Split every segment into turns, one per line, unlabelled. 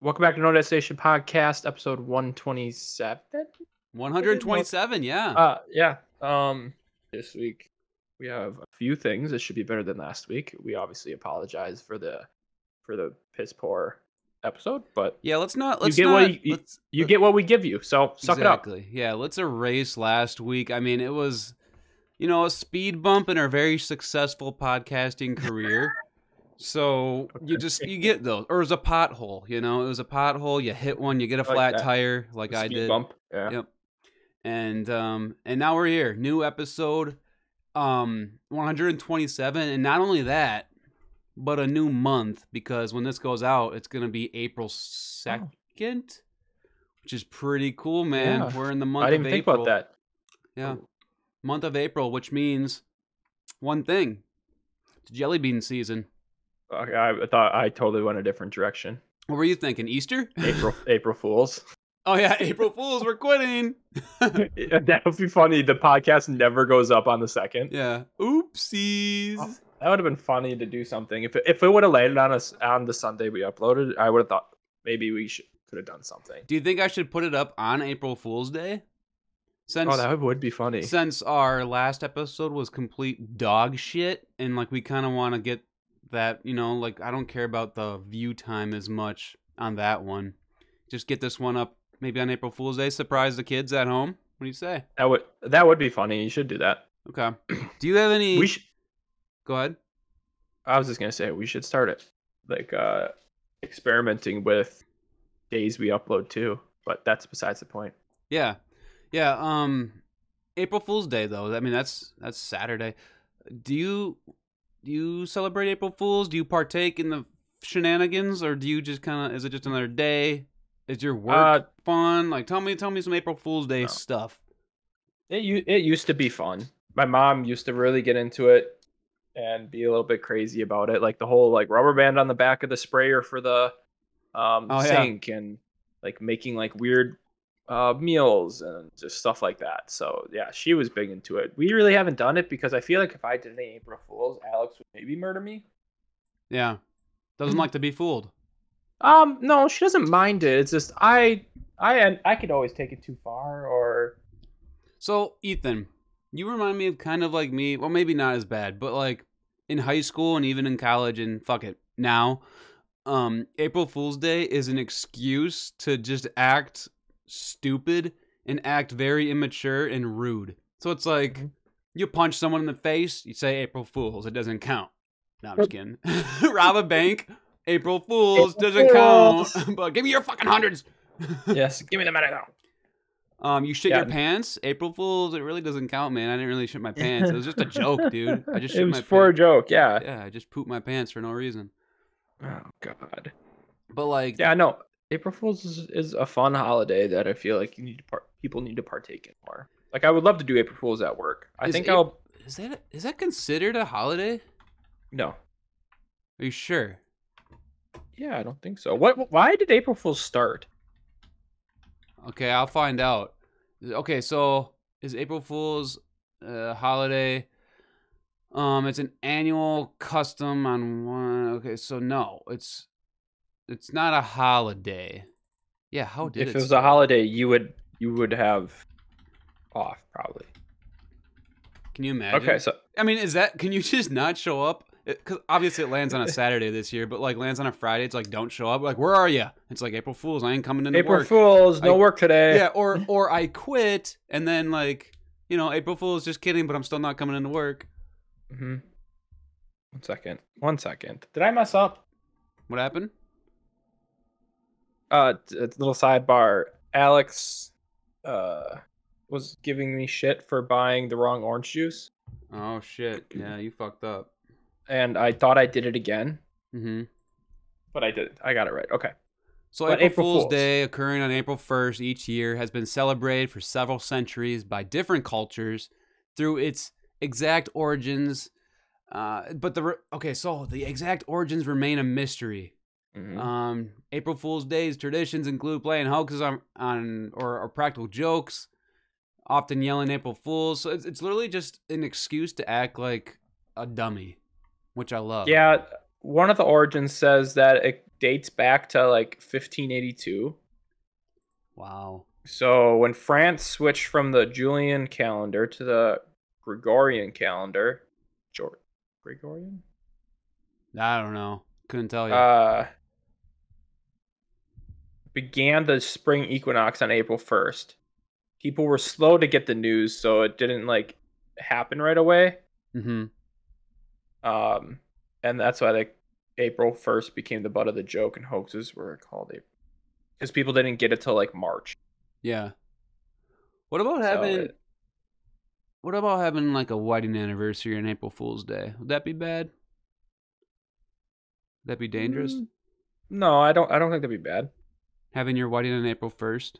Welcome back to No Destination Podcast, episode 127.
127, yeah.
Uh, yeah. Um, this week we have a few things that should be better than last week. We obviously apologize for the for the piss poor episode, but
yeah, let's not let's
get
not
what you-
let's,
you get what we give you, so suck it up.
exactly. Yeah, let's erase last week. I mean, it was you know, a speed bump in our very successful podcasting career. So you just you get those, or it was a pothole. You know, it was a pothole. You hit one, you get a
like
flat
that.
tire, like
The
I
speed
did.
Bump. Yeah.
Yep. And um and now we're here. New episode um 127 and not only that, but a new month because when this goes out, it's going to be
Oh.
April 2nd, which is pretty cool, man.
Yeah.
We're in the month
I didn't
of
even think
April.
about that.
Yeah. Month of April, which means one thing. It's jelly bean season.
Okay, I thought I totally went a different direction.
What were you thinking? Easter?
April April Fools.
oh yeah, April Fools, we're quitting.
that would be funny. The podcast never goes up on the second.
Yeah. Oopsies.
Oh, That would have been funny to do something. If it, if it would have landed on us on the Sunday we uploaded, I would have thought maybe we should could have done something.
Do you think I should put it up on April Fool's Day? Since
Oh, that would be funny.
since our last episode was complete dog shit and like we kind of want to get that, you know, like I don't care about the view time as much on that one. Just get this one up maybe on April Fool's Day, surprise the kids at home. What do you say?
That would that would be funny. You should do that.
Okay. Do you have any
We should.
Go ahead.
I was just gonna say we should start it, like uh, experimenting with days we upload too. But that's besides the point.
Yeah. Yeah, um April Fool's Day though. I mean, that's that's Saturday. Do you do you celebrate April Fools? Do you partake in the shenanigans or do you just kind of is it just another day? Is your work
Uh,
fun? Like tell me tell me some April Fool's Day
No.
stuff.
It u- it used to be fun. My mom used to really get into it and be a little bit crazy about it, like the whole like rubber band on the back of the sprayer for the um
Oh, yeah.
sink and like making like weird uh meals and just stuff like that. So yeah, she was big into it. We really haven't done it because I feel like if I did any April Fools, Alex would maybe murder me.
Yeah. Doesn't
Mm-hmm.
like to be fooled.
Um, no, she doesn't mind it. It's just I, I, I could always take it too far, or
So, Ethan, you remind me of kind of like me. Well, maybe not as bad, but like in high school and even in college and fuck it now, um, April Fool's Day is an excuse to just act stupid and act very immature and rude. So it's like
Mhm.
you punch someone in the face, you say April Fools, it doesn't count. No, I'm just kidding. Rob a bank, April Fools
April
doesn't
Fools.
count. but give me your fucking hundreds.
yes, give me the minute now.
Um, you shit
Yeah.
your pants, April Fools. It really doesn't count, man. I didn't really shit my pants. It was just a joke, dude. I just shit
it was
my
for a
pants.
joke, yeah.
Yeah, I just pooped my pants for no reason.
Oh God.
But like,
Yeah, I know. April Fools is, is a fun holiday that I feel like you need to par- people need to partake in more. Like I would love to do April Fools at work. I
Is
think
Ap-
I'll
is that is that considered a holiday?
no.
Are you sure?
Yeah, I don't think so. What? Why did April Fools start?
Okay, I'll find out. Okay, so is April Fool's uh, holiday? Um, it's an annual custom on one. Okay, so no, it's it's not a holiday. Yeah, how did
if
it?
it was a holiday, you would you would have off probably.
Can you imagine?
Okay, so
I mean, is that can you just not show up? Because obviously it lands on a Saturday this year, but like lands on a Friday. It's like don't show up. Like where are you? It's like April Fools. I ain't coming into
April eh.
work.
Fools, no
I-
work today.
Yeah, or or I quit, and then like you know April Fools, just kidding, but I'm still not coming into work.
Mm-hmm. One second. One second. Did I mess up?
What happened?
Uh, t- a little sidebar. Alex, uh, was giving me shit for buying the wrong orange juice,
Oh shit! Yeah, you fucked up.
and I thought I did it again,
hmm
but I didn't. I got it right. Okay.
So
But
April,
April
Fool's,
Fools.
Day, occurring on April 1st each year, has been celebrated for several centuries by different cultures through its exact origins. Uh, but the re- okay, so the exact origins remain a mystery.
Mm-hmm.
Um, April Fool's Day's traditions include playing hoaxes on, on or, or practical jokes, often yelling April Fools. So it's, it's literally just an excuse to act like a dummy, which I love.
Yeah, one of the origins says that it dates back to like 1582.
Wow.
So when France switched from the Julian calendar to the Gregorian calendar, George Gregorian,
I don't know. Couldn't tell you.
uh, began the spring equinox on April 1st. People were slow to get the news, so it didn't like happen right away.
mm-hmm.
Um, and that's why like April 1st became the butt of the joke and hoaxes were called April. Because people didn't get it till like March.
Yeah. What about
So
having?
it-
what about having like a wedding anniversary on April Fool's Day? Would that be bad? Would that be dangerous?
Mm, No, I don't. I don't think that'd be bad.
Having your wedding on April first.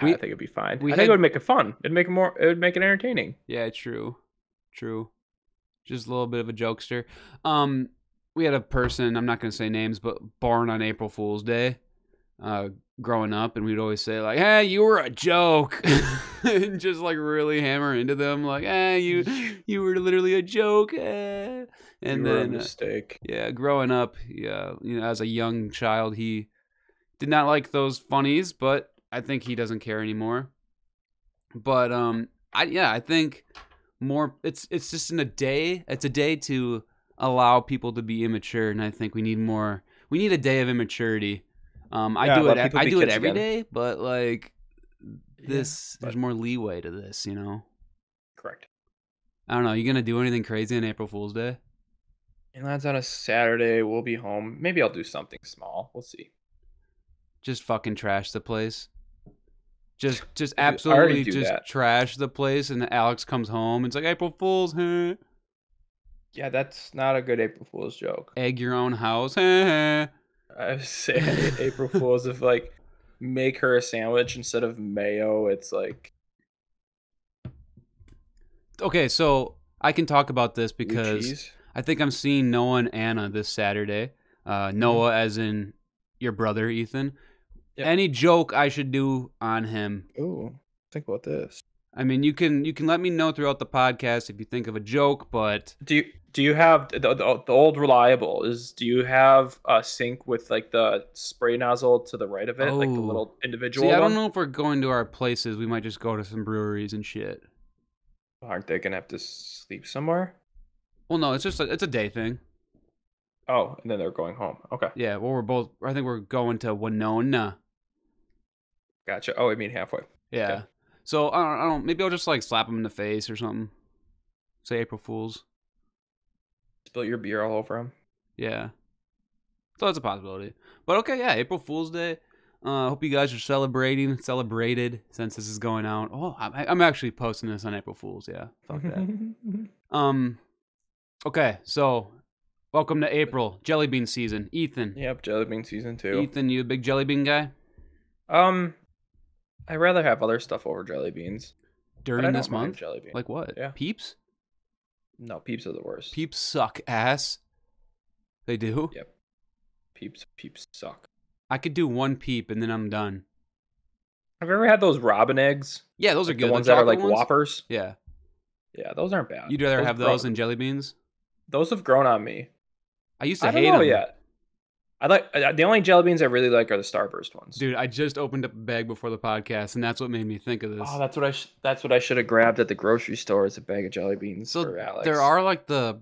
I
We-
think it'd be fine.
we
I think
had-
it would make it fun. It'd make it more. It would make it entertaining.
Yeah, true. True. Just a little bit of a jokester. Um we had a person, I'm not going to say names, but born on April Fool's Day. Uh growing up and we'd always say like, "Hey, you were a joke." and just like really hammer into them like, "Hey, you you were literally a joke." eh." And
You were a
then uh,
mistake.
yeah, growing up, yeah, you know, as a young child, he did not like those funnies, but I think he doesn't care anymore. But um, I yeah, I think more. It's it's just in a day. It's a day to allow people to be immature, and I think we need more. We need a day of immaturity. Um, I
Yeah,
do
let
it.
people
I
be
do it
kids
every
again.
day, but like
Yeah,
this, there's
but-
more leeway to this, you know.
Correct.
I don't know. You gonna do anything crazy on April Fool's Day?
And that's on a Saturday. We'll be home. Maybe I'll do something small. We'll see.
just fucking trash the place. Just just
I already
absolutely
do
just
that.
trash the place and Alex comes home. It's like April Fools, huh?
Yeah, that's not a good April Fool's joke.
Egg your own house. huh?
I was saying April Fool's of like make her a sandwich instead of mayo. It's like
okay, so I can talk about this
blue
because
cheese.
I think I'm seeing Noah and Anna this Saturday. Uh,
Mm-hmm.
Noah, as in your brother Ethan.
Yep.
Any joke I should do on him,
Ooh, think about this.
I mean, you can you can let me know throughout the podcast if you think of a joke, but
Do you do you have the, the, the old reliable? Is do you have a sink with like the spray nozzle to the right of it, like the
Oh.
little individual?
see, I
one?
don't know if we're going to our places. We might just go to some breweries and shit.
Aren't they gonna have to sleep somewhere?
Well, no, it's just a, it's a day thing.
Oh, and then they're going home. Okay,
Yeah. Well, we're both. I think we're going to Winona.
gotcha. Oh, I mean halfway.
Yeah.
Okay.
So I don't, I don't. Maybe I'll just like slap him in the face or something. Say April Fools.
Spill your beer all over him.
Yeah. So that's a possibility. But okay, yeah, April Fool's Day. Uh, hope you guys are celebrating, celebrated since this is going out. Oh, I'm, I'm actually posting this on April Fools. Yeah, fuck that. um, okay, so welcome to April jelly bean season. Ethan,
yep, jelly bean season two.
Ethan, you a big jelly bean guy?
Um, I rather have other stuff over jelly beans. but I
During
don't
this
mind
month,
jelly bean.
like what?
Yeah.
Peeps.
no, peeps are the worst.
Peeps suck ass. They do.
Yep. Peeps, peeps suck.
I could do one peep and then I'm done.
Have you ever had those robin eggs?
Yeah, those are
Like
good.
The ones that are
chocolate
like
ones?
whoppers.
Yeah,
Yeah, those aren't bad.
you'd rather have those
grow-
than jelly beans.
those have grown on me.
I used to
I don't
hate
know
them.
yet. I like I- the only jelly beans I really like are the starburst ones.
Dude, I just opened up a bag before the podcast, and that's what made me think of this.
Oh, that's what I sh- that's what I should have grabbed at the grocery store is a bag of jelly beans
so
for Alex.
there are like the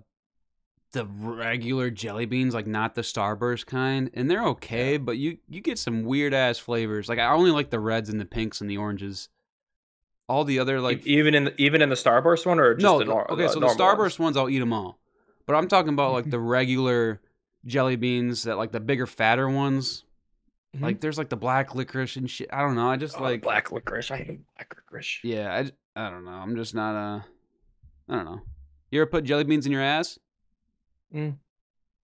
the regular jelly beans, like not the Starburst kind, and they're okay,
Yeah.
but you you get some weird ass flavors. Like I only like the reds and the pinks and the oranges. All the other like
E- even in the, even in the starburst one or just
no,
the
the-
nor-
okay, so the
normal
Starburst
ones? Mm-hmm.
ones. I'll eat them all, but I'm talking about like the regular jelly beans that like the bigger, fatter ones.
Mhm.
Like there's like the black licorice and shit. I don't know. I just
Oh, the
like
black licorice. I hate black licorice.
Yeah, I, j- I don't know. I'm just not a. I don't know. You ever put jelly beans in your ass?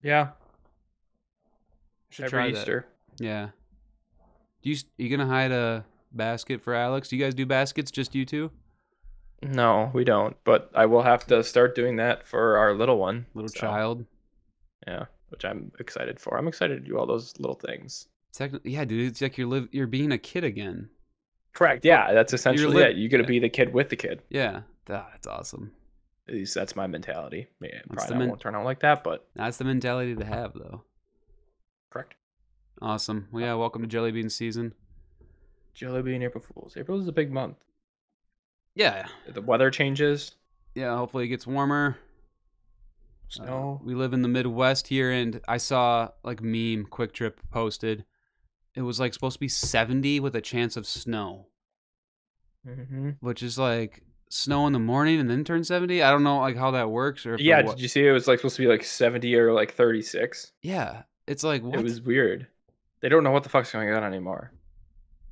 Yeah,
Should
every
try that.
Easter.
Yeah. Do you s- you gonna hide a basket for Alex? Do you guys do baskets? Just you two?
No, we don't. But I will have to start doing that for our little one,
Little
so,
child.
Yeah, which I'm excited for. I'm excited to do all those little things.
Technically, yeah, dude. It's like you're live. You're being a kid again.
Correct. Yeah, that's essentially
li-
it. You got to
yeah.
be the kid with the kid.
Yeah, Ah, that's awesome.
At least that's my mentality. Yeah, it
That's the
probably not
men-
won't turn out like that, but
That's the mentality to have, though.
correct.
Awesome. Well, yeah, welcome to Jelly Bean season.
Jelly bean April Fools. April is a big month.
Yeah.
The weather changes.
Yeah, hopefully it gets warmer. Uh,
Snow.
we live in the Midwest here, and I saw like meme Quick Trip posted. It was like supposed to be 70 with a chance of snow,
hmm
which is like snow in the morning and then turn 70. I don't know like how that works or if
Yeah,
it wa-
did you see it was like supposed to be like 70 or like 36?
yeah. It's like what,
It was weird. They don't know what the fuck's going on anymore.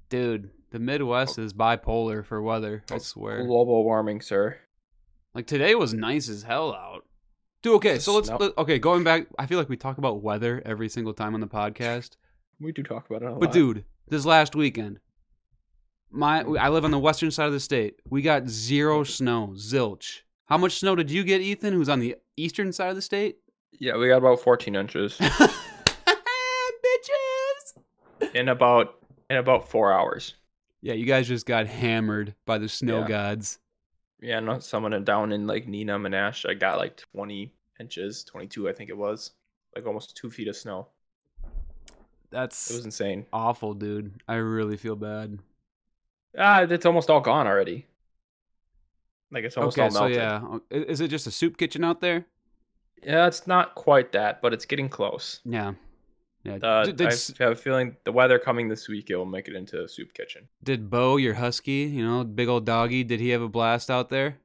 dude? The Midwest is bipolar for weather. I
Oh,
swear.
Global warming, sir.
Like today was nice as hell out. Dude, okay,
It's
so let's
snow.
let, okay, going back, I feel like we talk about weather every single time on the podcast.
We do talk about it a lot.
But dude, this last weekend, my I live on the western side of the state. We got zero snow, zilch. How much snow did you get, Ethan? Who's on the eastern side of the state?
Yeah, we got about 14 inches
Bitches.
in about in about four hours.
Yeah, you guys just got hammered by the snow
Yeah.
gods.
Yeah, no, someone down in like Nina Manash, I got like 20 inches, 22, I think it was, like almost two feet of snow.
That's
It was insane.
awful, dude. I really feel bad.
Ah, it's almost all gone already. Like it's almost
okay,
all
so
melted.
yeah, I- is it just a soup kitchen out there?
Yeah, it's not quite that, but it's getting close.
Yeah. Yeah.
Uh,
did, did,
I
s-
have a feeling the weather coming this week, it will make it into a soup kitchen.
did Bo, your husky, you know, big old doggy, did he have a blast out there?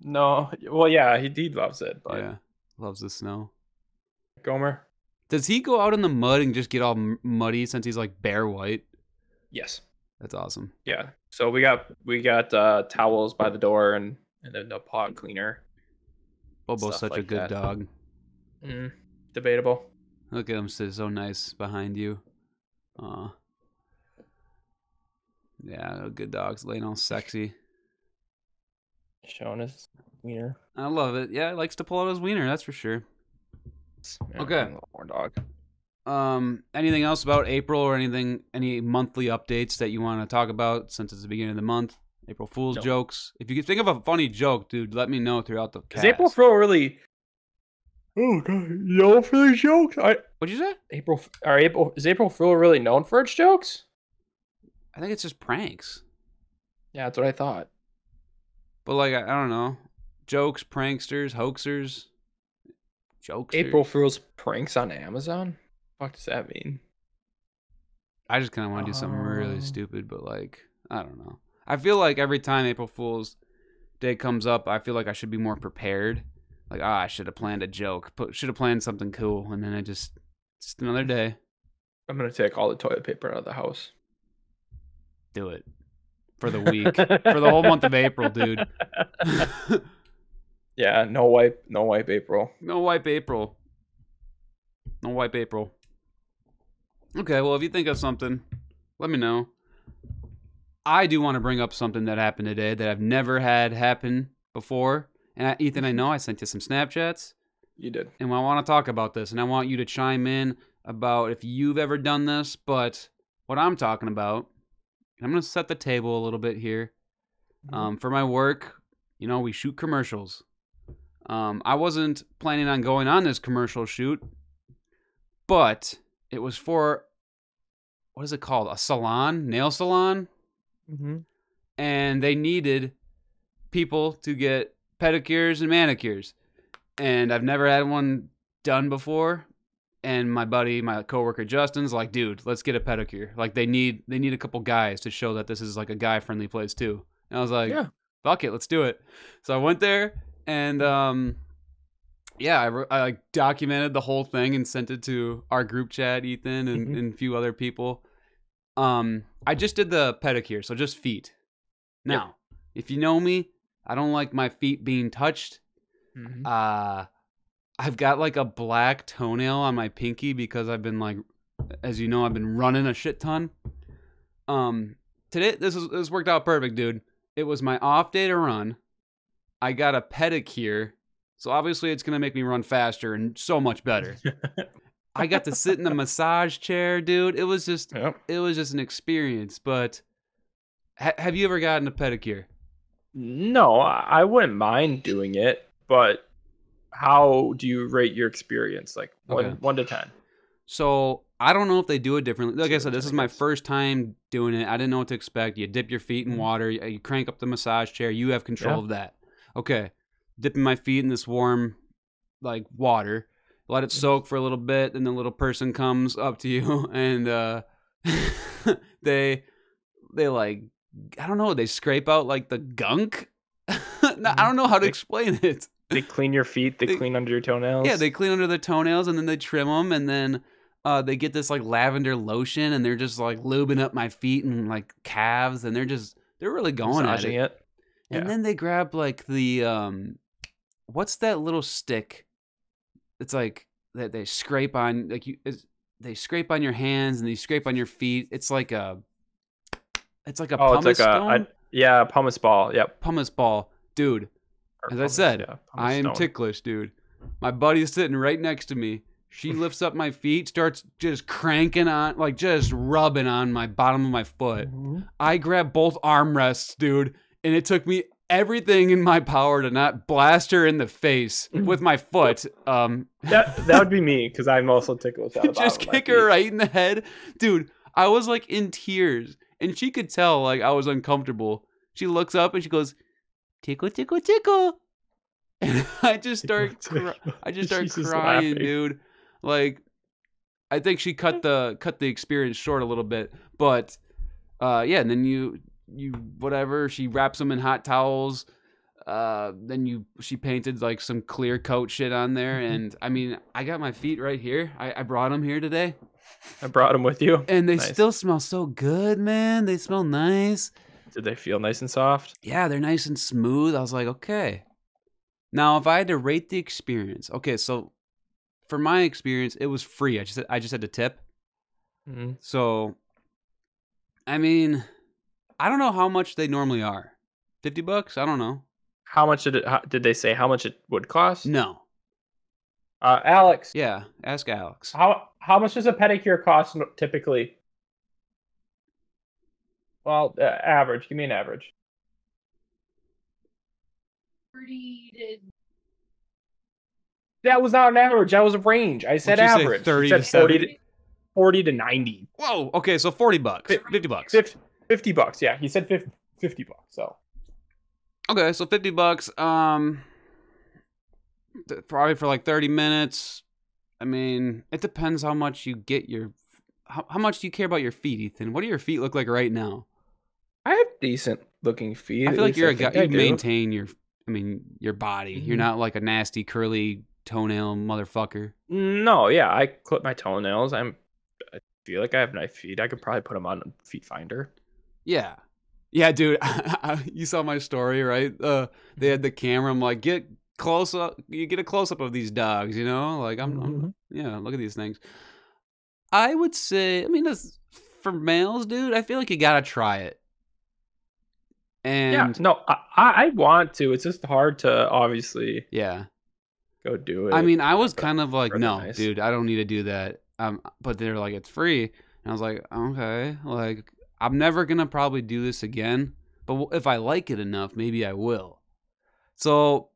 No, well, yeah, he, he loves it, but
yeah. Loves the snow.
Gomer,
Does he go out in the mud and just get all m- muddy since he's like bare white?
yes,
That's awesome.
yeah. So we got we got uh, towels by the door and and then the pod cleaner.
Bobo's
Stuff
such a
like
good
that.
dog.
Mm, debatable.
Look at him sit so nice behind you. Aw. Yeah, good dogs laying all sexy.
Showing his wiener.
I love it. Yeah, he likes to pull out his wiener, that's for sure.
Yeah,
Okay.
little horn dog.
Um, anything else about April or anything, any monthly updates that you want to talk about since it's the beginning of the month? April Fool's
No.
jokes. If you could think of a funny joke, dude, let me know throughout the
Is
cast.
April Fool really? Oh God, no for the jokes. I
What'd you say?
April F- are April is April Fool really known for its jokes?
I think it's just pranks.
Yeah, that's what I thought.
But like I, I don't know, jokes, pranksters, hoaxers, jokes.
April Fool's pranks on Amazon. Fuck does that mean?
I just kind of want to do something really
Oh.
stupid, but like I don't know. I feel like every time April Fool's Day comes up, I feel like I should be more prepared. Like ah, I should have planned a joke, put should have planned something cool, and then I just just another day.
I'm gonna take all the toilet paper out of the house
Do it for the week, for the whole month of April, dude.
yeah, no wipe, no wipe April.
no wipe April. No wipe April. Okay, well, if you think of something, let me know. I do want to bring up something that happened today that I've never had happen before. And I, Ethan, I know I sent you some Snapchats,
You did.
and I want to talk about this, and I want you to chime in about if you've ever done this. But what I'm talking about, I'm going to set the table a little bit here.
Mm-hmm.
Um, for my work, you know, we shoot commercials. Um, I wasn't planning on going on this commercial shoot, but it was for what is it called? A salon, nail salon,
mm-hmm.
and they needed people to get pedicures and manicures. And I've never had one done before. And my buddy, my coworker Justin's like, dude, let's get a pedicure. Like they need they need a couple guys to show that this is like a guy friendly place too. And I was like,
Yeah.
fuck it, let's do it. So I went there and um yeah, I, re- I like documented the whole thing and sent it to our group chat, Ethan and,
Mhm.
and a few other people. Um, I just did the pedicure, so just feet.
Yep.
Now, if you know me, I don't like my feet being touched.
Mm-hmm.
Uh, I've got like a black toenail on my pinky because I've been like, as you know, I've been running a shit ton. Um, today this was this worked out perfect, dude. It was my off day to run. I got a pedicure, so obviously it's gonna make me run faster and so much better. I got to sit in the massage chair, dude. It was just
Yep.
it was just an experience. But ha- have you ever gotten a pedicure?
No, I I wouldn't mind doing it. but how do you rate your experience? Like one
Okay.
one to ten.
So I don't know if they do it differently. Like I
Sure,
said, this
I
is my
guess.
first time doing it. I didn't know what to expect. You dip your feet in
Mhm.
water. You you crank up the massage chair. You have control
Yeah.
of that. Okay, dipping my feet in this warm, like water. Let it soak for a little bit, and the little person comes up to you, and uh, they they like I don't know. They scrape out like the gunk. No, I don't know how to
Mm-hmm. They-
explain it.
They clean your feet. They,
They-
clean under your toenails.
Yeah, they clean under their toenails and then they trim them and then uh, they get this like lavender lotion and they're just like lubing up my feet and like calves and they're just they're really going at it.
Massaging it.
And
yeah.
then they grab like the um, what's that little stick? It's like that they scrape on like you it's, they scrape on your hands and they scrape on your feet. It's like a it's like a
Oh, it's
pumice
like a-
stone,
a- yeah a pumice ball. Yep.
pumice ball, dude.
Or
As I
pumice,
said,
yeah, pumice
I am
stone.
ticklish, dude. My buddy's sitting right next to me. She lifts up my feet, starts just cranking on, like just rubbing on my bottom of my foot.
Mhm.
I grab both armrests, dude, and it took me everything in my power to not blast her in the face with my foot. Um,
That that would be me because I'm also ticklish. out of
just
bottom of my
kick her
feet.
right in the head, dude. I was like in tears, and she could tell like I was uncomfortable. She looks up and she goes, "Tickle, tickle, tickle," and I just start crying. I just started
She's just
crying,
laughing.
dude. Like, I think she cut the cut the experience short a little bit, but uh, yeah. And then you you whatever she wraps them in hot towels. Uh, then you she painted like some clear coat shit on there,
Mhm.
and I mean I got my feet right here. I, I brought them here today,
I brought him with you.
and they
Nice.
still smell so good, man. They smell nice.
Did they feel nice and soft?
Yeah, they're nice and smooth. I was like, okay. Now, if I had to rate the experience, okay, so for my experience, it was free. I just I just had to tip.
Mhm.
So, I mean, I don't know how much they normally are. Fifty bucks? I don't know.
How much did it? How, did they say how much it would cost?
No.
Uh, Alex,
Yeah. Ask Alex.
How how much does a pedicure cost n- typically? Well, uh, average. Give me an average.
Thirty to
That was not an average. That was a range. I said
you say,
average. You
30
said
to 70?
40 to, 40 to 90.
Whoa. Okay, so forty bucks.
Fif-
Fifty bucks.
50, 50 bucks. Yeah, he said 50, 50 bucks. So
Okay, so fifty bucks. Um, th- probably for like thirty minutes. I mean, it depends how much you get your, how, how much do you care about your feet, Ethan? What do your feet look like right now?
I have decent looking feet.
I
at
feel like
least
you're a
think
guy.
I
You
do.
maintain your, I mean, your body. You're
Mhm.
not like a nasty curly toenail motherfucker.
No, yeah, I clip my toenails. I'm. I feel like I have nice feet. I could probably put them on Feet Finder.
Yeah. Yeah, dude. you saw my story, right? Uh, they
Mm-hmm.
had the camera. I'm like, get close up. You get a close up of these dogs, you know? Like, I'm, I'm yeah, look at these things. I would say, I mean, that's for males, dude. I feel like you gotta try it.
yeah,
And
no, I, I I want to. It's just hard to obviously
yeah,
go do it.
I mean, I was
but
kind of like,
rather
no,
nice.
dude, I don't need to do that. Um, but they're like, it's free, and I was like, okay, like I'm never gonna probably do this again. But w- if I like it enough, maybe I will. So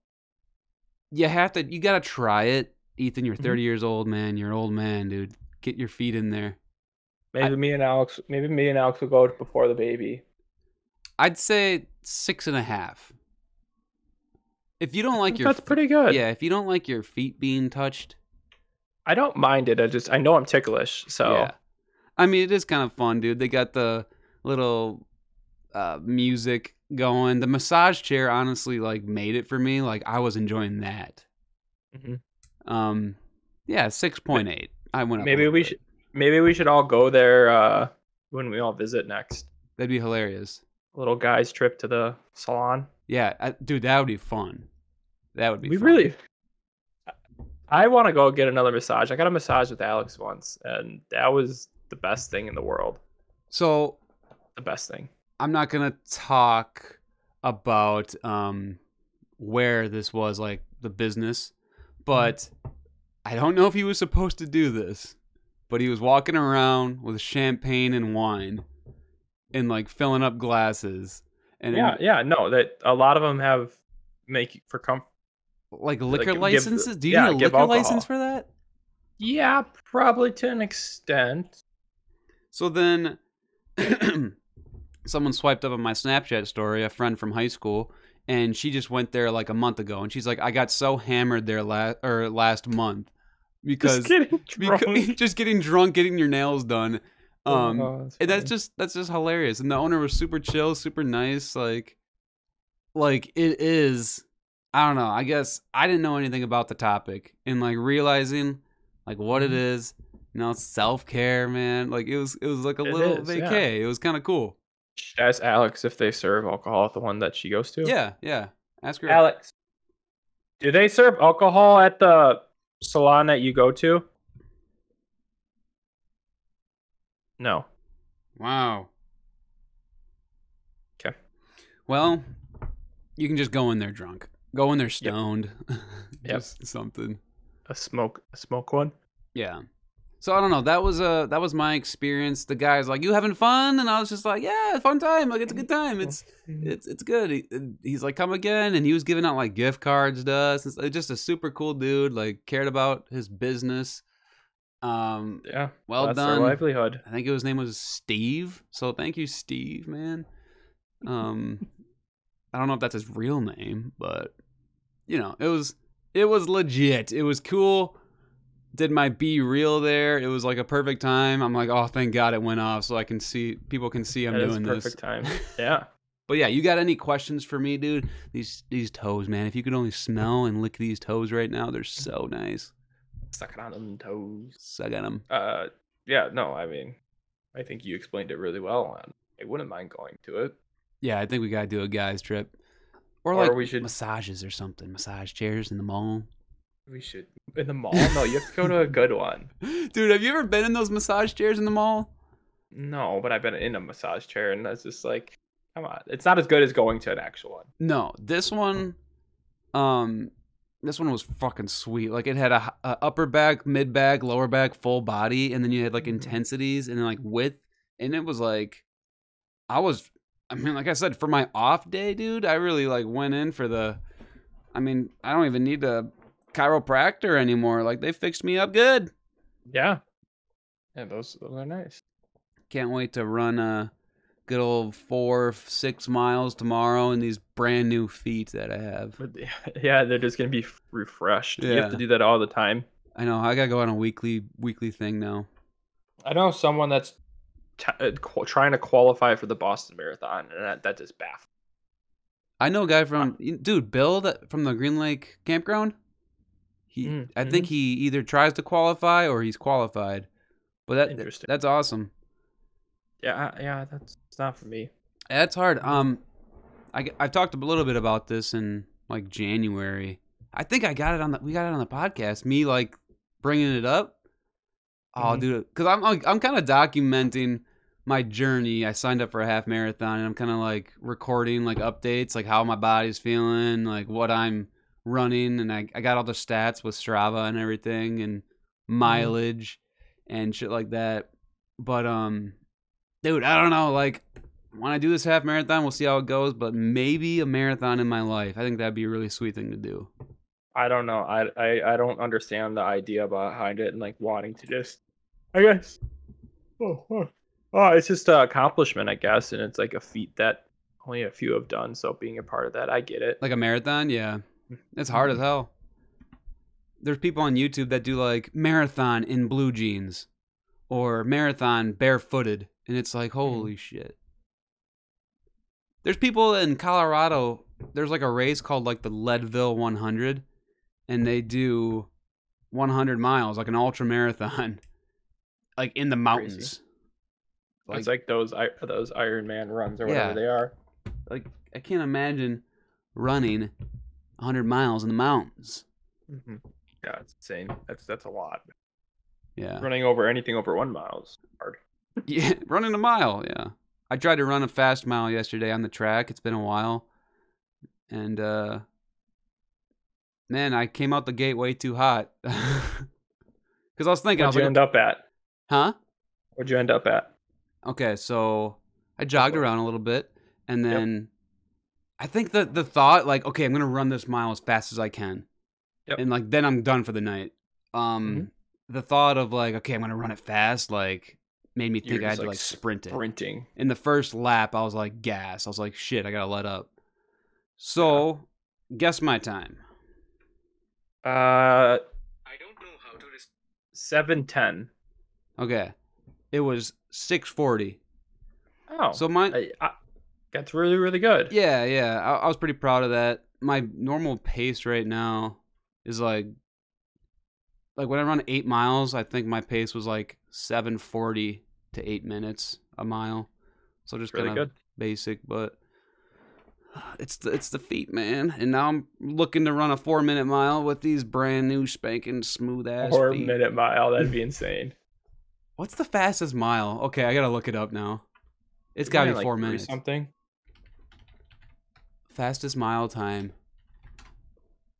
you have to, you gotta try it, Ethan. You're
Mhm.
30 years old, man. You're an old man, dude. Get your feet in there.
Maybe me and Alex. Maybe me and Alex will go before the baby.
I'd say six and a half. If you don't like your,
That's
f-
pretty good.
yeah, if you don't like your feet being touched,
I don't mind it. I just I know I'm ticklish, so
Yeah. I mean, it is kind of fun, dude. They got the little uh, music going. The massage chair honestly like made it for me. Like I was enjoying that.
Mhm.
Um, yeah, six point eight. I went up. a
maybe
little
we
bit.
should maybe we should all go there uh, when we all visit next.
That'd be hilarious.
Little guys trip to the salon.
Yeah, I, dude, that would be fun. That would be.
we
fun.
really. I want to go get another massage. I got a massage with Alex once, and that was the best thing in the world.
So
The best thing.
I'm not gonna talk about um where this was like the business,
Mm-hmm.
but I don't know if he was supposed to do this, but he was walking around with champagne and wine and like filling up glasses. And
yeah, yeah. No, that a lot of them have make for com-
like liquor
give- give-
licenses? Do you
yeah,
need a
give
liquor
alcohol.
license for that?
Yeah, probably to an extent.
So then someone swiped up on my Snapchat story, a friend from high school, and she just went there like a month ago and she's like, I got so hammered there last or last month because
Just kidding.
beca-
drunk.
just getting drunk, getting your nails done. Um
Oh, that's
and that's
funny.
just that's just hilarious. And the owner was super chill, super nice, like like it is I don't know, I guess I didn't know anything about the topic and like realizing like what
Mm-hmm.
it is. You know, self care, man. Like it was it was like a
It
little
is, yeah.
vacay. It was kinda cool.
Should ask Alex if they serve alcohol at the one that she goes to.
Yeah, yeah. Ask her.
Alex, do they serve alcohol at the salon that you go to? No.
Wow.
'Kay.
Well, you can just go in there drunk. Go in there stoned.
Yep.
just something.
A smoke a smoke one?
Yeah. So I don't know. That was uh that was my experience. The guy's like, "You having fun?" And I was just like, "Yeah, fun time. Like it's a good time. It's it's it's good." He, and he's like, "Come again." And he was giving out like gift cards to us. It's like, just a super cool dude. Like cared about his business. Um,
Yeah.
well
that's
done.
their livelihood.
I think his name was Steve. So thank you, Steve, man. Um, I don't know if that's his real name, but you know, it was it was legit. It was cool. Did my be real there? It was like a perfect time. I'm like, oh, thank God it went off, so I can see people can see I'm
That is
doing
perfect
this.
time. Yeah.
But yeah, you got any questions for me, dude? These these toes, man. If you could only smell and lick these toes right now, they're so nice.
Suck it on them toes.
Suck at them.
Uh yeah, no, I mean I think you explained it really well and I wouldn't mind going to it.
Yeah, I think we gotta do a guys trip, or
Or,
like
we should
massages or something, massage chairs in the mall.
we should in the mall? No, you have to go to a good one.
Dude, have you ever been in those massage chairs in the mall?
No, but I've been in a massage chair and that's just like come on. It's not as good as going to an actual one.
No, this one, um, this one was fucking sweet. Like it had a, h- a upper back, mid back, lower back, full body, and then you had like
Mhm.
intensities and then like width, and it was like, I was, I mean, like I said, for my off day, dude, I really like went in for the. I mean, I don't even need a chiropractor anymore. Like they fixed me up good.
Yeah. Yeah, those those are nice.
Can't wait to run a good old four, six miles tomorrow in these brand new feet that I have.
But they- yeah, they're just gonna be f- refreshed. You have to
Yeah.
do that all the time.
I know I gotta go on a weekly weekly thing now.
I know someone that's t- uh, qu- trying to qualify for the Boston Marathon, and that, that just baffles.
I know a guy from dude Bill that, from the Green Lake campground. He,
Mm,
I think he either tries to qualify or he's qualified. But that
Interesting.
that's awesome.
Yeah, I- yeah, that's it's not for me.
That's hard. Um, I g- I talked a little bit about this in like January. I think I got it on the we got it on the podcast. Me like bringing it up. Oh,
Mhm.
dude, because I'm like, I'm kind of documenting my journey. I signed up for a half marathon, and I'm kind of like recording like updates, like how my body's feeling, like what I'm running, and I I got all the stats with Strava and everything, and mileage and shit like that. But um, dude, I don't know, like when I do this half marathon, we'll see how it goes. But maybe a marathon in my life. I think that'd be a really sweet thing to do.
I don't know. I, I I don't understand the idea behind it and like wanting to just. I guess. Oh, oh. oh it's just an accomplishment, I guess, and it's like a feat that only a few have done. So being a part of that, I get it.
Like a marathon, yeah. It's hard as hell. There's people on YouTube that do like marathon in blue jeans or marathon barefooted. And it's like, holy shit. There's people in Colorado, there's like a race called like the Leadville 100, and they do 100 miles, like an ultra marathon, like in the mountains.
it's like those I- those Iron Man runs or whatever
Yeah.
they are.
like I can't imagine running 100 miles in the mountains.
Mm-hmm. Yeah, it's insane. That's that's a lot.
Yeah.
Running over anything over one mile is hard.
Yeah, running a mile. Yeah, I tried to run a fast mile yesterday on the track. It's been a while, and uh, man, I came out the gate way too hot. Because I was thinking, I
Where'd
was
you
like,
end up at?
huh?
Where'd you end up at?
Okay, so I jogged
Okay.
around a little bit, and
Yep.
then I think the the thought like, okay, I'm gonna run this mile as fast as I can,
Yep. Mm-hmm.
and like then I'm done for the night. Um, the thought of like, okay, I'm gonna run it fast, like made me
You're
think
just,
I had to
like,
like sprint it.
Sprinting.
In the first lap, I was like gas. I was like, shit, I gotta let up. So, guess my time.
Uh,
I don't know how to respond.
seven ten.
Okay, it was six forty.
Oh,
So mine,
I, I, that's really really good.
Yeah, yeah. I, I was pretty proud of that. My normal pace right now is like like when I run eight miles, I think my pace was like seven forty to eight minutes a mile. So just
It's really
kind of
good.
basic, but it's the it's the feet, man. And now I'm looking to run a four minute mile with these brand new spanking smooth ass
Four
feet.
minute mile. That'd be insane.
What's the fastest mile? Okay, I gotta look it up now. It's gotta
Isn't
be
like
four
three
minutes.
Something.
Fastest mile time.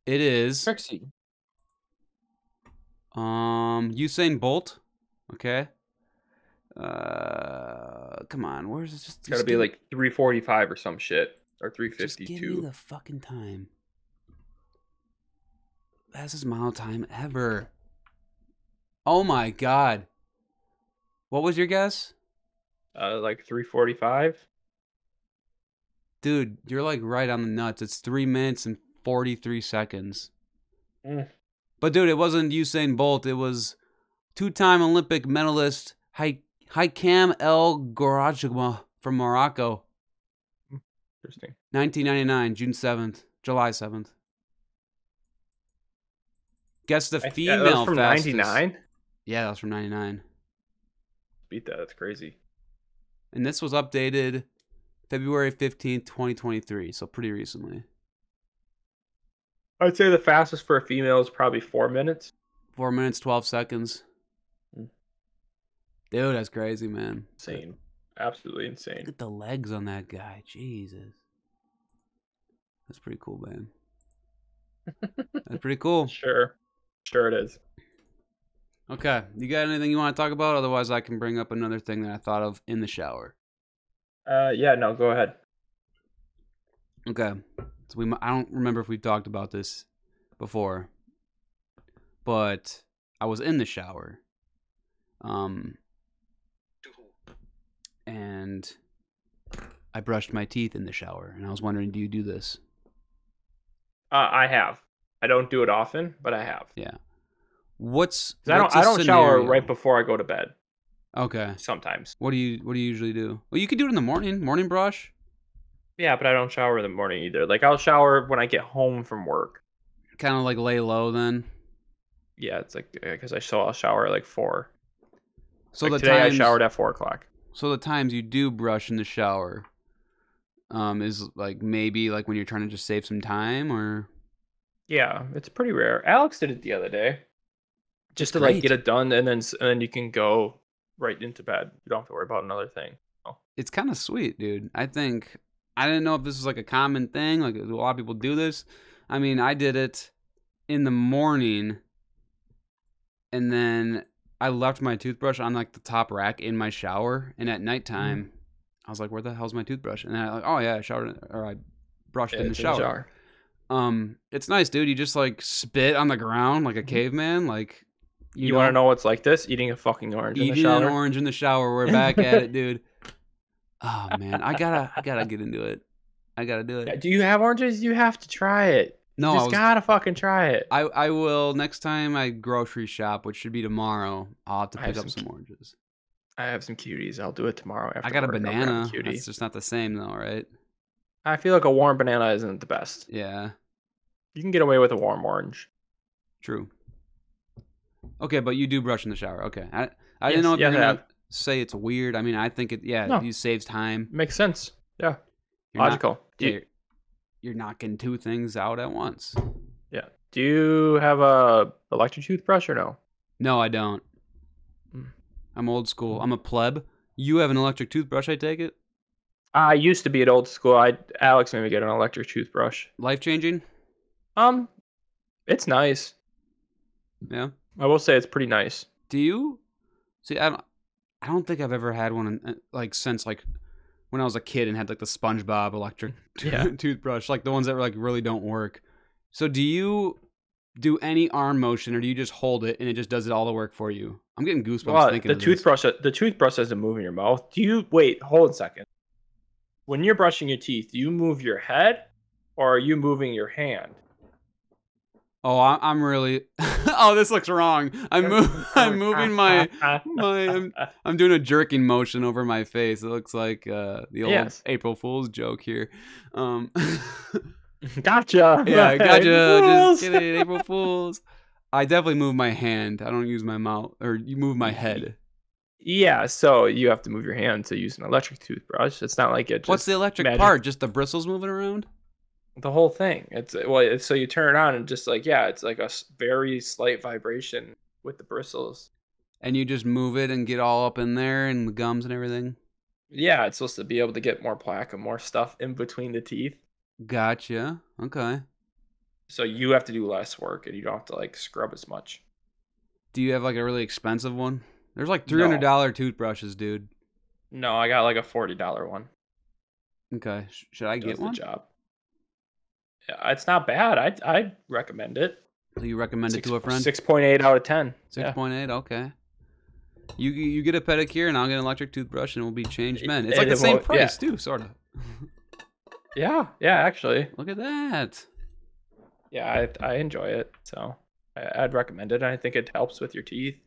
It is
Trixie.
um Usain Bolt. Okay. Uh, come on. Where's it? Just,
It's gotta
just
be
give-
like three forty five or some shit or three
just
fifty
give me
two.
the fucking time. Fastest mile time ever. Oh my god. What was your guess,
Uh, like three forty five.
dude? You're like right on the nuts. It's three minutes and forty three seconds.
Mm.
But dude, it wasn't Usain Bolt. It was two-time Olympic medalist Hai- Haikam El Gorajigma from Morocco,
Interesting.
1999, June 7th, July 7th. Guess the
I- yeah,
female
that was from
fastest.
ninety nine.
Yeah, that was from 99.
Beat that. That's crazy.
And this was updated February 15th, 2023, so pretty recently.
I'd say the fastest for a female is probably four minutes.
4 minutes 12 seconds.
Mm.
Dude, that's crazy, man.
Insane. Absolutely insane.
Look at the legs on that guy. Jesus. That's pretty cool, man. That's pretty cool.
Sure. Sure it is.
Okay. You got anything you want to talk about? Otherwise, I can bring up another thing that I thought of in the shower.
Uh, yeah, no, go ahead.
Okay. So we mi- I don't remember if we've talked about this before. But I was in the shower. Um
To who?
and I brushed my teeth in the shower and I was wondering do you do this?
Uh, I have. I don't do it often, but I have.
What's,
'Cause I don't.
what's a
I don't shower
scenario?
right before I go to bed.
Okay.
Sometimes.
What do you what do you usually do? Well, you could do it in the morning, morning brush.
Yeah, but I don't shower in the morning either. Like I'll shower when I get home from work.
Kind of like lay low then.
Yeah, it's like because I saw I'll shower at like four.
So
Like,
the
today
times
I showered at four o'clock.
so the times you do brush in the shower um is like maybe like when you're trying to just save some time or
Yeah, it's pretty rare. Alex did it the other day, just to like
great.
get it done, and then s- and then you can go right into bed. You don't have to worry about another thing.
it's kind of sweet, dude. I think I didn't know if this was like a common thing. Like do a lot of people do this. I mean, I did it in the morning, and then I left my toothbrush on like the top rack in my shower. And at nighttime, I was like, "Where the hell's my toothbrush?" And then I like, "Oh yeah, I showered in- or I brushed
Yeah,
in the
it's
shower." Um, it's nice, dude. You just like spit on the ground like a caveman. Like
Mm-hmm. You, want to know what's like this? Eating a fucking orange in the
Eating
shower.
an orange in the shower. We're back at it, dude. Oh man, I gotta, I gotta get into it. I gotta do
Yeah,
it.
Do you have oranges? You have to try it.
No,
you
I
just
was,
gotta fucking try it.
I, I will next time I grocery shop, which should be tomorrow. I'll have to
I have
pick up
some
some oranges.
I have some cuties. I'll do it tomorrow. After
I got a
work. I'll grab
banana.
cutie.
It's just not the same though, right?
I feel like a warm banana isn't the best.
Yeah,
You can get away with a warm orange.
true. Okay, but you do brush in the shower. Okay, I,
Yes,
I didn't know if
yes,
you're
I
gonna
have.
say it's weird. I mean, I think it. Yeah,
No.
you saves time.
Makes sense. Yeah,
You're not-
logical. do,
yeah,
you,
you're, you're knocking two things out at once.
yeah. Do you have a electric toothbrush or no?
No, I don't.
Mm.
I'm old school. I'm a pleb. You have an electric toothbrush, I take it?
I used to be at old school. I Alex made me get an electric toothbrush.
Life changing?
Um, it's nice.
Yeah.
I will say it's pretty nice.
Do you? See, I don't, I don't think I've ever had one in, uh, like since like when I was a kid and had like the SpongeBob electric
Yeah.
toothbrush, like the ones that like really don't work. So do you do any arm motion, or do you just hold it and it just does it all the work for you? I'm getting goosebumps
Well,
thinking
the
of this.
toothbrush, the toothbrush doesn't move in your mouth. Do you wait? Hold a second. When you're brushing your teeth, do you move your head, or are you moving your hand?
Oh, I- I'm really. oh, this looks wrong. I'm mov- I'm moving
Ah,
my my. um, I'm, I'm doing a jerking motion over my face. It looks like uh, the old
Yes.
April Fool's joke here. Um,
gotcha.
yeah, gotcha.
Fools.
Just kidding, April Fools. I definitely move my hand. I don't use my mouth, or you move my head.
Yeah, so you have to move your hand to use an electric toothbrush. It's not like it. Just,
What's the electric
magic.
part? Just the bristles moving around?
the whole thing? It's uh, well, it's, so you turn it on and just like yeah, it's like a s- very slight vibration with the bristles.
And you just move it and get all up in there and the gums and everything?
Yeah, it's supposed to be able to get more plaque and more stuff in between the teeth.
Gotcha. Okay.
So you have to do less work and you don't have to like scrub as much.
Do you have like a really expensive one? There's like
No.
$300 toothbrushes, dude.
No, I got like a forty dollar one.
Okay. Sh- should I
Does
get
the
one?
job. Yeah, it's not bad. I would I'd recommend it.
Do you recommend
Six-
it to a friend?
Six point eight out of ten. Yeah.
6.8. Okay. You you get a pedicure and I'll get an electric toothbrush and we'll be changed
It-
men. It's
it-
like the
it
same
won't-
price too, sort of.
Yeah, yeah, actually.
Look at that.
yeah i, I enjoy it so I, i'd recommend it i think it helps with your teeth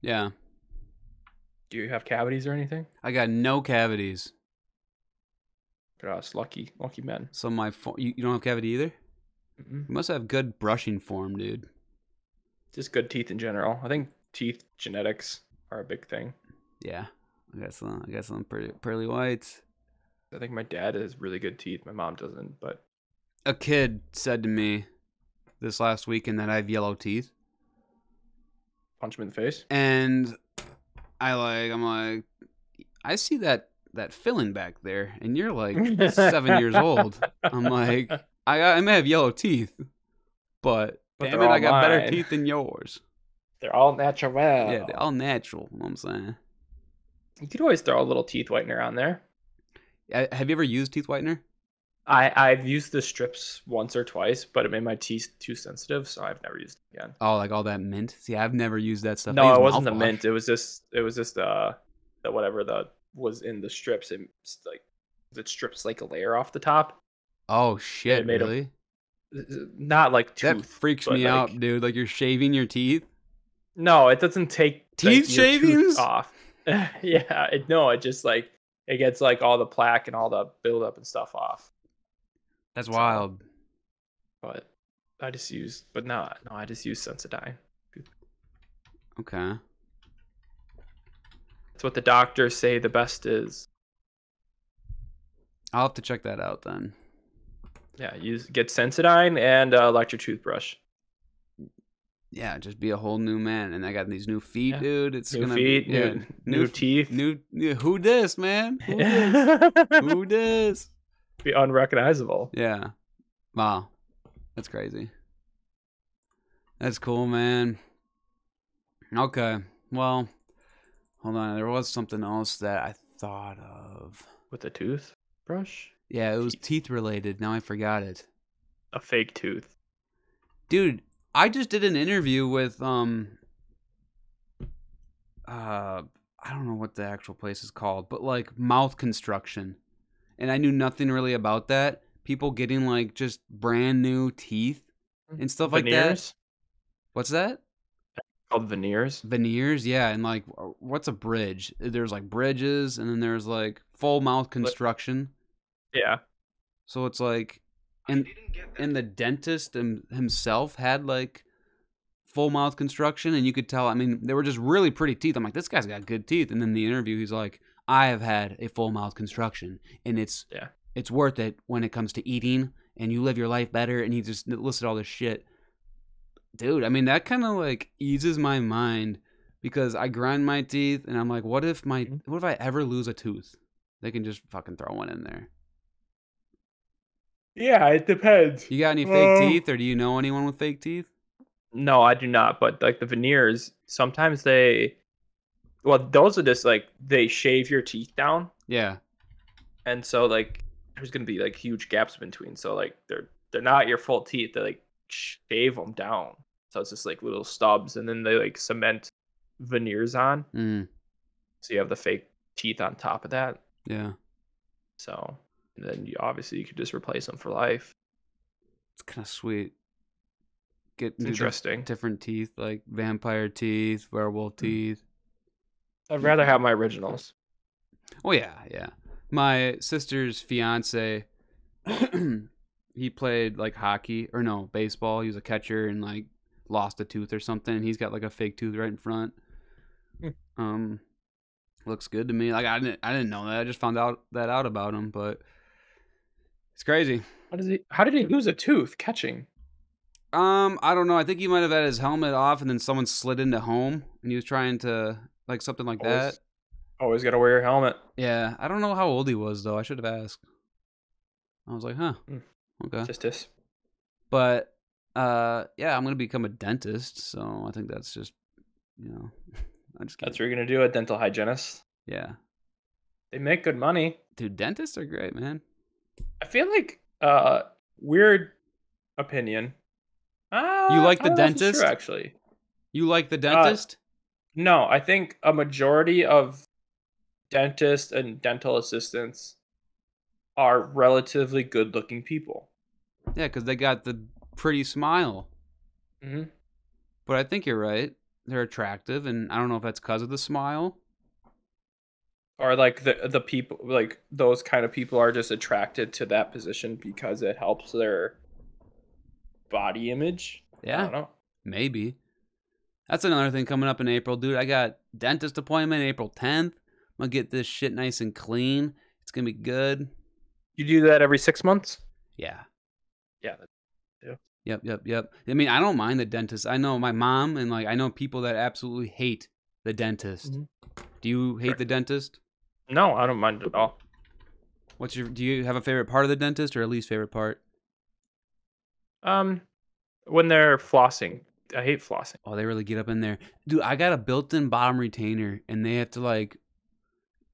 Yeah.
do you have cavities or anything
I got no cavities.
Look at us lucky lucky men
So my fo- you, you don't have cavity either?
Mhm.
You must have good brushing form, dude.
just good teeth in general i think teeth genetics are a big thing
Yeah. I got some I got some pretty pearly whites.
i think my dad has really good teeth my mom doesn't but
a kid said to me this last weekend that I have yellow teeth,
punch him in the face
and I like I'm like I see that that filling back there, and you're like seven years old. I'm like I I may have yellow teeth, but,
But
damn it,
they're all
I got better
mine. Oh.
teeth than yours.
they're all natural
Yeah, they're all natural. You know what I'm saying.
you could always throw a little teeth whitener on there
I, have you ever used teeth whitener?
i i've used the strips once or twice but it made my teeth too sensitive so i've never used it again
Oh, like all that mint. See, I've never used that stuff. I
No,
use
it wasn't the
mouthwash.
mint. It was just it was just uh the whatever the was in the strips. It s- like it strips like a layer off the top.
Oh shit!
made 'em
Really?
Not like tooth.
that freaks
but,
me
like-
out, dude. Like you're shaving your teeth.
No, it doesn't take like,
Teeth
your tooth
shavings?
off. yeah, it, no, it just like it gets like all the plaque and all the buildup and stuff off.
That's
So-
wild.
But I just use, but no, no, I just use Sensodyne.
Okay.
That's what the doctors say the best is.
I'll have to check that out then.
Yeah, use get Sensodyne and uh, electric toothbrush.
Yeah, just be a whole new man. And I got these new feet,
Yeah.
dude. It's
New
gonna
feet,
be yeah,
new, new,
f-
teeth.
New, yeah, who this, man? Who this? who this?
be unrecognizable.
Yeah. Wow. That's crazy. That's cool, man. Okay. Well, hold on. There was something else that I thought of.
With a toothbrush?
Yeah, it was
Teeth.
teeth related. Now I forgot it.
A fake tooth.
dude i just did an interview with um uh i don't know what the actual place is called but like mouth construction and i knew nothing really about that people getting like just brand new teeth and stuff like that
veneers?
what's that
Called veneers.
veneers yeah and like what's a bridge there's like bridges and then there's like full mouth construction
Yeah.
so it's like
I
and
didn't get that.
and the dentist him, himself had like full mouth construction and you could tell i mean they were just really pretty teeth i'm like this guy's got good teeth and then the interview he's like i have had a full mouth construction and it's
Yeah.
it's worth it when it comes to eating and you live your life better and he just listed all this shit dude i mean that kind of like eases my mind because i grind my teeth and i'm like what if my
Mhm.
Mm-hmm.
what if i ever lose a tooth they can just fucking throw one in there
Yeah, it depends.
you got any fake
Uh,
teeth or do you know anyone with fake teeth
No, I do not. But like the veneers, sometimes they, well, those are just like they shave your teeth down,
Yeah.
and so like there's gonna be like huge gaps between. So like they're they're not your full teeth. They like shave them down. So it's just like little stubs, and then they like cement veneers on,
Mm,
so you have the fake teeth on top of that.
yeah.
So and then you obviously you could just replace them for life.
It's kind of sweet. Get
It's
new dif-
interesting.
different teeth, like vampire teeth, werewolf teeth.
I'd rather have my originals.
Oh yeah, yeah. My sister's fiance, he played like hockey or no baseball. He was a catcher and like lost a tooth or something. He's got like a fake tooth right in front.
Hmm.
Um, looks good to me. Like I didn't, I didn't know that. I just found out that out about him, but it's crazy.
How does he? How did he lose a tooth catching?
Um, I don't know. I think he might have had his helmet off, and then someone slid into home, and he was trying to like something like that.
Always, always gotta wear your helmet.
Yeah, I don't know how old he was though. I should have asked. I was like, huh,
Mm.
okay,
Just this.
but uh, yeah, I'm gonna become a dentist, so I think that's just, you know, I just
That's
can't.
what you're gonna do. A dental hygienist.
Yeah,
They make good money.
dude, dentists are great, man.
I feel like uh weird opinion. Uh,
like the
I don't know if it's true,
dentist?
actually.
You like the
Uh
dentist?
No, I think a majority of dentists and dental assistants are relatively good-looking people.
Yeah, 'cause yeah, because they got the pretty smile.
hmm
But I think you're right. They're attractive, and I don't know if that's because of the smile.
Or like the the people like those kind of people are just attracted to that position because it helps their body image. I
Yeah,
don't know.
Maybe. That's another thing coming up in April, dude. I got dentist appointment April 10th. I'm gonna get this shit nice and clean. It's gonna be good.
You do that every six months?
Yeah.
Yeah.
Yep, yep, yep. I mean, I don't mind the dentist. I know my mom and like I know people that absolutely hate the dentist.
Mhm.
Do you hate
Sure.
the dentist?
No, I don't mind at all.
What's your do you have a favorite part of the dentist or a least favorite part?
Um, when they're flossing, I hate flossing.
Oh, they really get up in there. Dude, I got a built-in bottom retainer and they have to like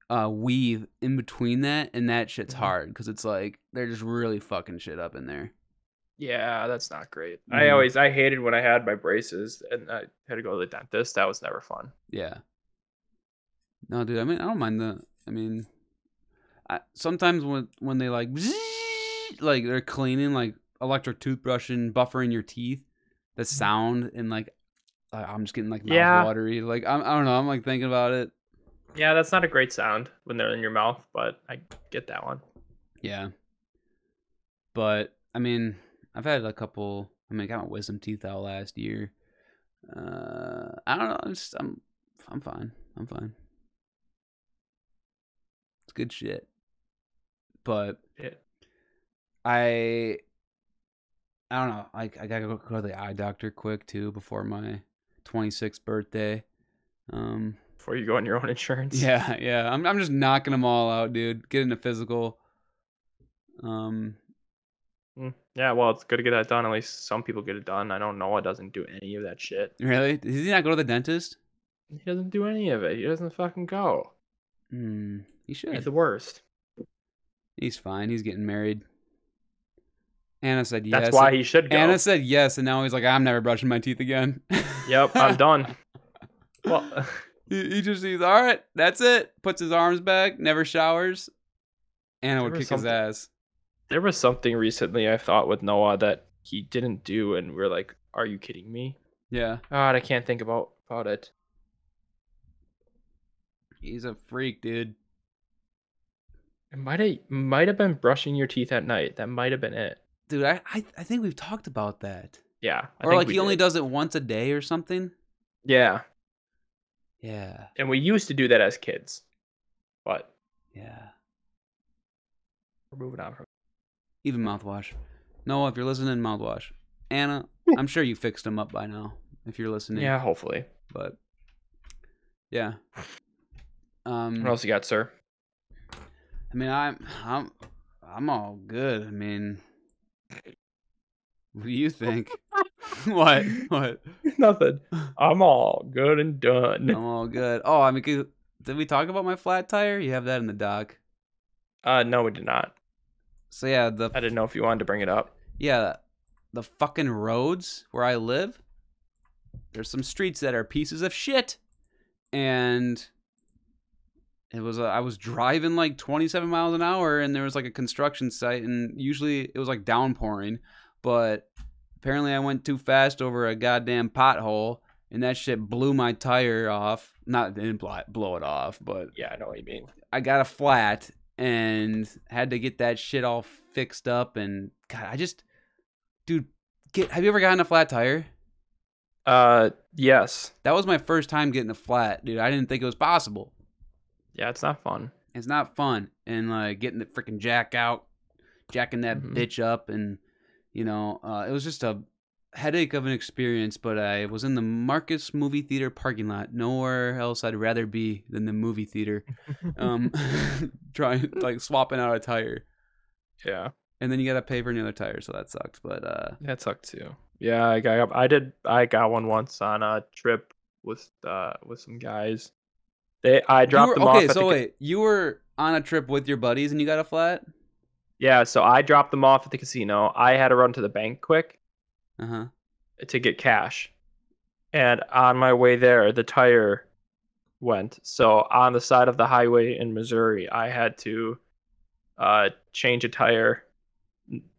uh weave in between that and that shit's
Mhm.
hard cuz it's like they're just really fucking shit up in there.
Yeah, that's not great. Mm.
Mhm.
I always I hated when I had my braces and I had to go to the dentist. That was never fun.
Yeah. No, dude, I mean, I don't mind the I mean I sometimes when when they like like they're cleaning like electric toothbrushing, buffering your teeth, the sound and like I- I'm just getting like mouth
Yeah.
watery. Like I'm, I don't know. I'm like thinking about it.
Yeah, that's not a great sound when they're in your mouth, but I get that one.
Yeah. But I mean, I've had a couple. I mean, I got my wisdom teeth out last year. Uh, I don't know. I'm just, I'm, I'm fine. I'm fine. It's good shit. But
Yeah.
I, I don't know. Like, I gotta go, go to the eye doctor quick too before my 26th birthday. Um,
Before you go on your own insurance.
yeah, yeah. I'm I'm just knocking them all out, dude. Getting a physical. Um,
Mm, Yeah, well, it's good to get that done. At least some people get it done. I don't know. It doesn't do any of that shit.
really? Does he not go to the dentist?
He doesn't do any of it. He doesn't fucking go.
Hmm. He
He's the
should.
worst.
He's fine. He's getting married. Anna said yes.
That's why he should go.
Anna said yes, and now he's like, I'm never brushing my teeth again.
Yep, I'm done. well,
he, he just he's all right. That's it. Puts his arms back. Never showers. Anna would
There was
kick his
something-
ass.
there was something recently I thought with Noah that he didn't do, and we're like, "Are you kidding me?"
Yeah.
God, I can't think about about it.
He's a freak, dude.
It might have might have been brushing your teeth at night. That might have been it.
Dude, I I, I think we've talked about that.
Yeah. I
or
think
like
we
he only
did.
does it once a day or something.
Yeah,
Yeah,
and we used to do that as kids, but
yeah.
we're moving on from.
Even mouthwash. Noah, if you're listening, mouthwash. Anna, I'm sure you fixed him up by now if you're listening.
Yeah, hopefully.
But yeah. Um.
What else you got, sir?
I mean, I'm I'm I'm all good. I mean, what do you think? what? What?
Nothing. I'm all good and done.
I'm all good. Oh, I mean, 'cause- did we talk about my flat tire? You have that in the doc.
Uh, no, we did not.
So yeah, the
I didn't know if you wanted to bring it up.
yeah, the fucking roads where I live. there's some streets that are pieces of shit and it was uh, I was driving like 27 miles an hour and there was like a construction site and usually it was like downpouring but apparently I went too fast over a goddamn pothole and that shit blew my tire off not it didn't bl- blow it off but
Yeah, I know what you mean.
I got a flat and had to get that shit all fixed up and god I just dude get have you ever gotten a flat tire
Uh, yes.
that was my first time getting a flat dude I didn't think it was possible
Yeah, it's not fun.
It's not fun. And like getting the freaking jack out, jacking that
Mhm.
bitch up, and you know, uh, it was just a headache of an experience. But I was in the Marcus movie theater parking lot. Nowhere else I'd rather be than the movie theater. Um, trying like swapping out a tire,
Yeah,
and then you gotta pay for another tire, so that sucked. But uh,
that sucked too. Yeah, I got I did I got one once on a trip with uh with some guys. They I dropped
you were-
them off.
okay,
at
so
the, ca-
wait, you were on a trip with your buddies and you got a flat.
Yeah, so I dropped them off at the casino. I had to run to the bank quick
Uh huh.
to get cash. And on my way there, the tire went. So on the side of the highway in Missouri, I had to uh change a tire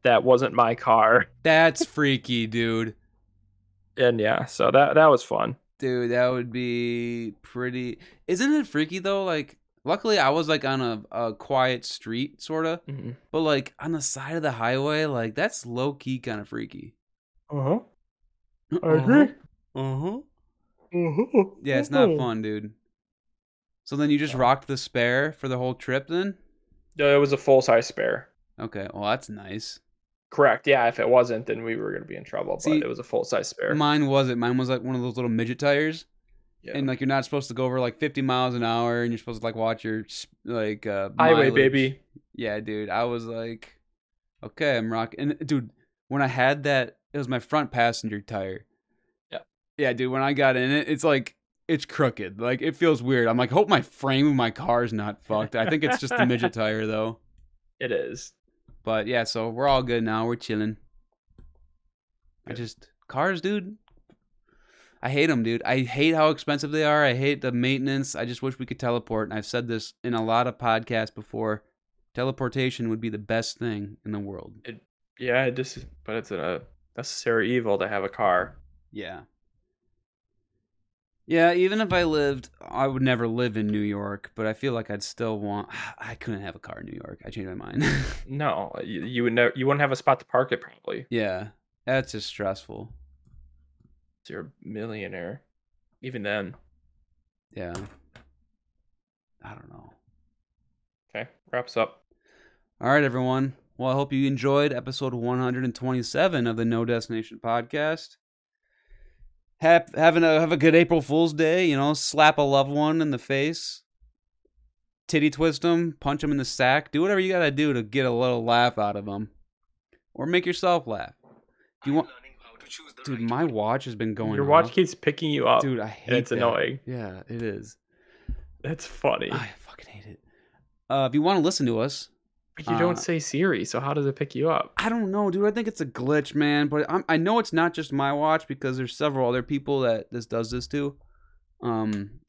that wasn't my car.
That's freaky, dude.
And yeah, so that that was fun.
Dude, that would be pretty. Isn't it freaky though? Like, luckily I was like on a, a quiet street, sort of,
Mm-hmm.
but like on the side of the highway, like that's low key kind of freaky.
Uh-huh.
Uh huh.
Uh-huh.
Yeah, it's not fun, dude. So then you just
Yeah.
rocked the spare for the whole trip, then?
No, it was a full size spare.
Okay, well that's nice.
Correct. Yeah, if it wasn't, then we were gonna be in trouble.
See,
but it was a full size spare.
Mine wasn't. Mine was like one of those little midget tires.
yeah.
and like you're not supposed to go over like 50 miles an hour and you're supposed to like watch your s- like uh
Highway
mileage.
baby.
yeah dude i was like okay i'm rocking and dude when i had that it was my front passenger tire
Yeah.
yeah dude when i got in it it's like it's crooked like it feels weird i'm like hope my frame of my car is not fucked i think it's just the midget tire though
It is.
but yeah so we're all good now we're chilling i
Good.
just cars dude i hate them dude i hate how expensive they are i hate the maintenance i just wish we could teleport and i've said this in a lot of podcasts before teleportation would be the best thing in the world
Yeah, it just but it's a necessary evil to have a car.
yeah yeah even if i lived i would never live in new york but i feel like i'd still want i couldn't have a car in new york i changed my mind
No, you, you would never. You wouldn't have a spot to park it probably.
yeah that's just stressful
So you're a millionaire. Even then.
yeah i don't know
Okay, wraps up.
All right, everyone. Well, I hope you enjoyed episode 127 of the No Destination podcast. Have, having a, have a good April Fool's Day, you know, slap a loved one in the face, titty twist them, punch them in the sack, do whatever you got to do to get a little laugh out of them or make yourself laugh. Do you
I'm
want,
learning how to choose the
dude,
right
my watch has been going
Your watch
off.
keeps picking you up,
dude, I hate
and it's
that.
annoying.
Yeah, it is.
That's funny.
I fucking hate it. Uh, if you want to listen to us,
But you
uh,
don't say Siri, so how does it pick you up?
I don't know, dude. I think it's a glitch, man. But I'm, I know it's not just my watch because there's several other people that this does this to. Um,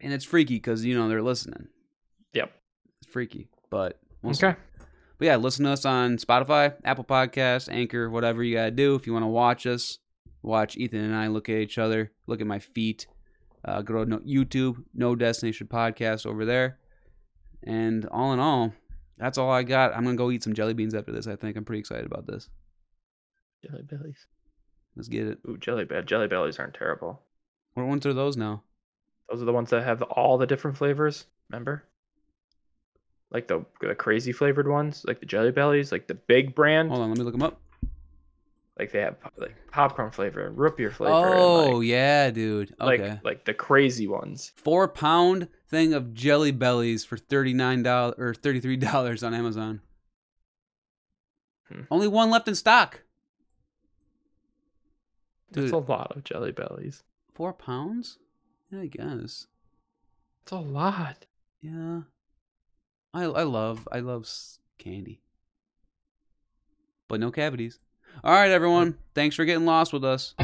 and it's freaky because you know they're listening.
Yep.
It's freaky, but we'll see.
Okay.
But yeah, listen to us on Spotify, Apple Podcasts, Anchor, whatever you gotta do. If you want to watch us, watch Ethan and I look at each other, look at my feet. Uh, go to no, YouTube, No Destination Podcast over there. And all in all, that's all I got. I'm gonna go eat some jelly beans after this. I think I'm pretty excited about this.
Jelly bellies.
Let's get it.
Ooh, jelly bell. Jelly bellies aren't terrible.
What ones are those now?
Those are the ones that have all the different flavors. Remember? Like the the crazy flavored ones, like the jelly bellies, like the big brand.
Hold on, let me look them up.
Like they have po- like popcorn flavor and root beer flavor. and
Oh
like,
yeah, dude.
like
Okay.
like the crazy ones.
Four pound thing of jelly bellies for thirty nine dollars or thirty three dollars on Amazon.
Hmm.
Only one left in stock.
That's
Dude.
a lot of jelly bellies.
Four pounds? Yeah, I guess.
It's a lot.
Yeah. I I love I love s- candy. But no cavities. All right, everyone. Thanks for getting lost with us.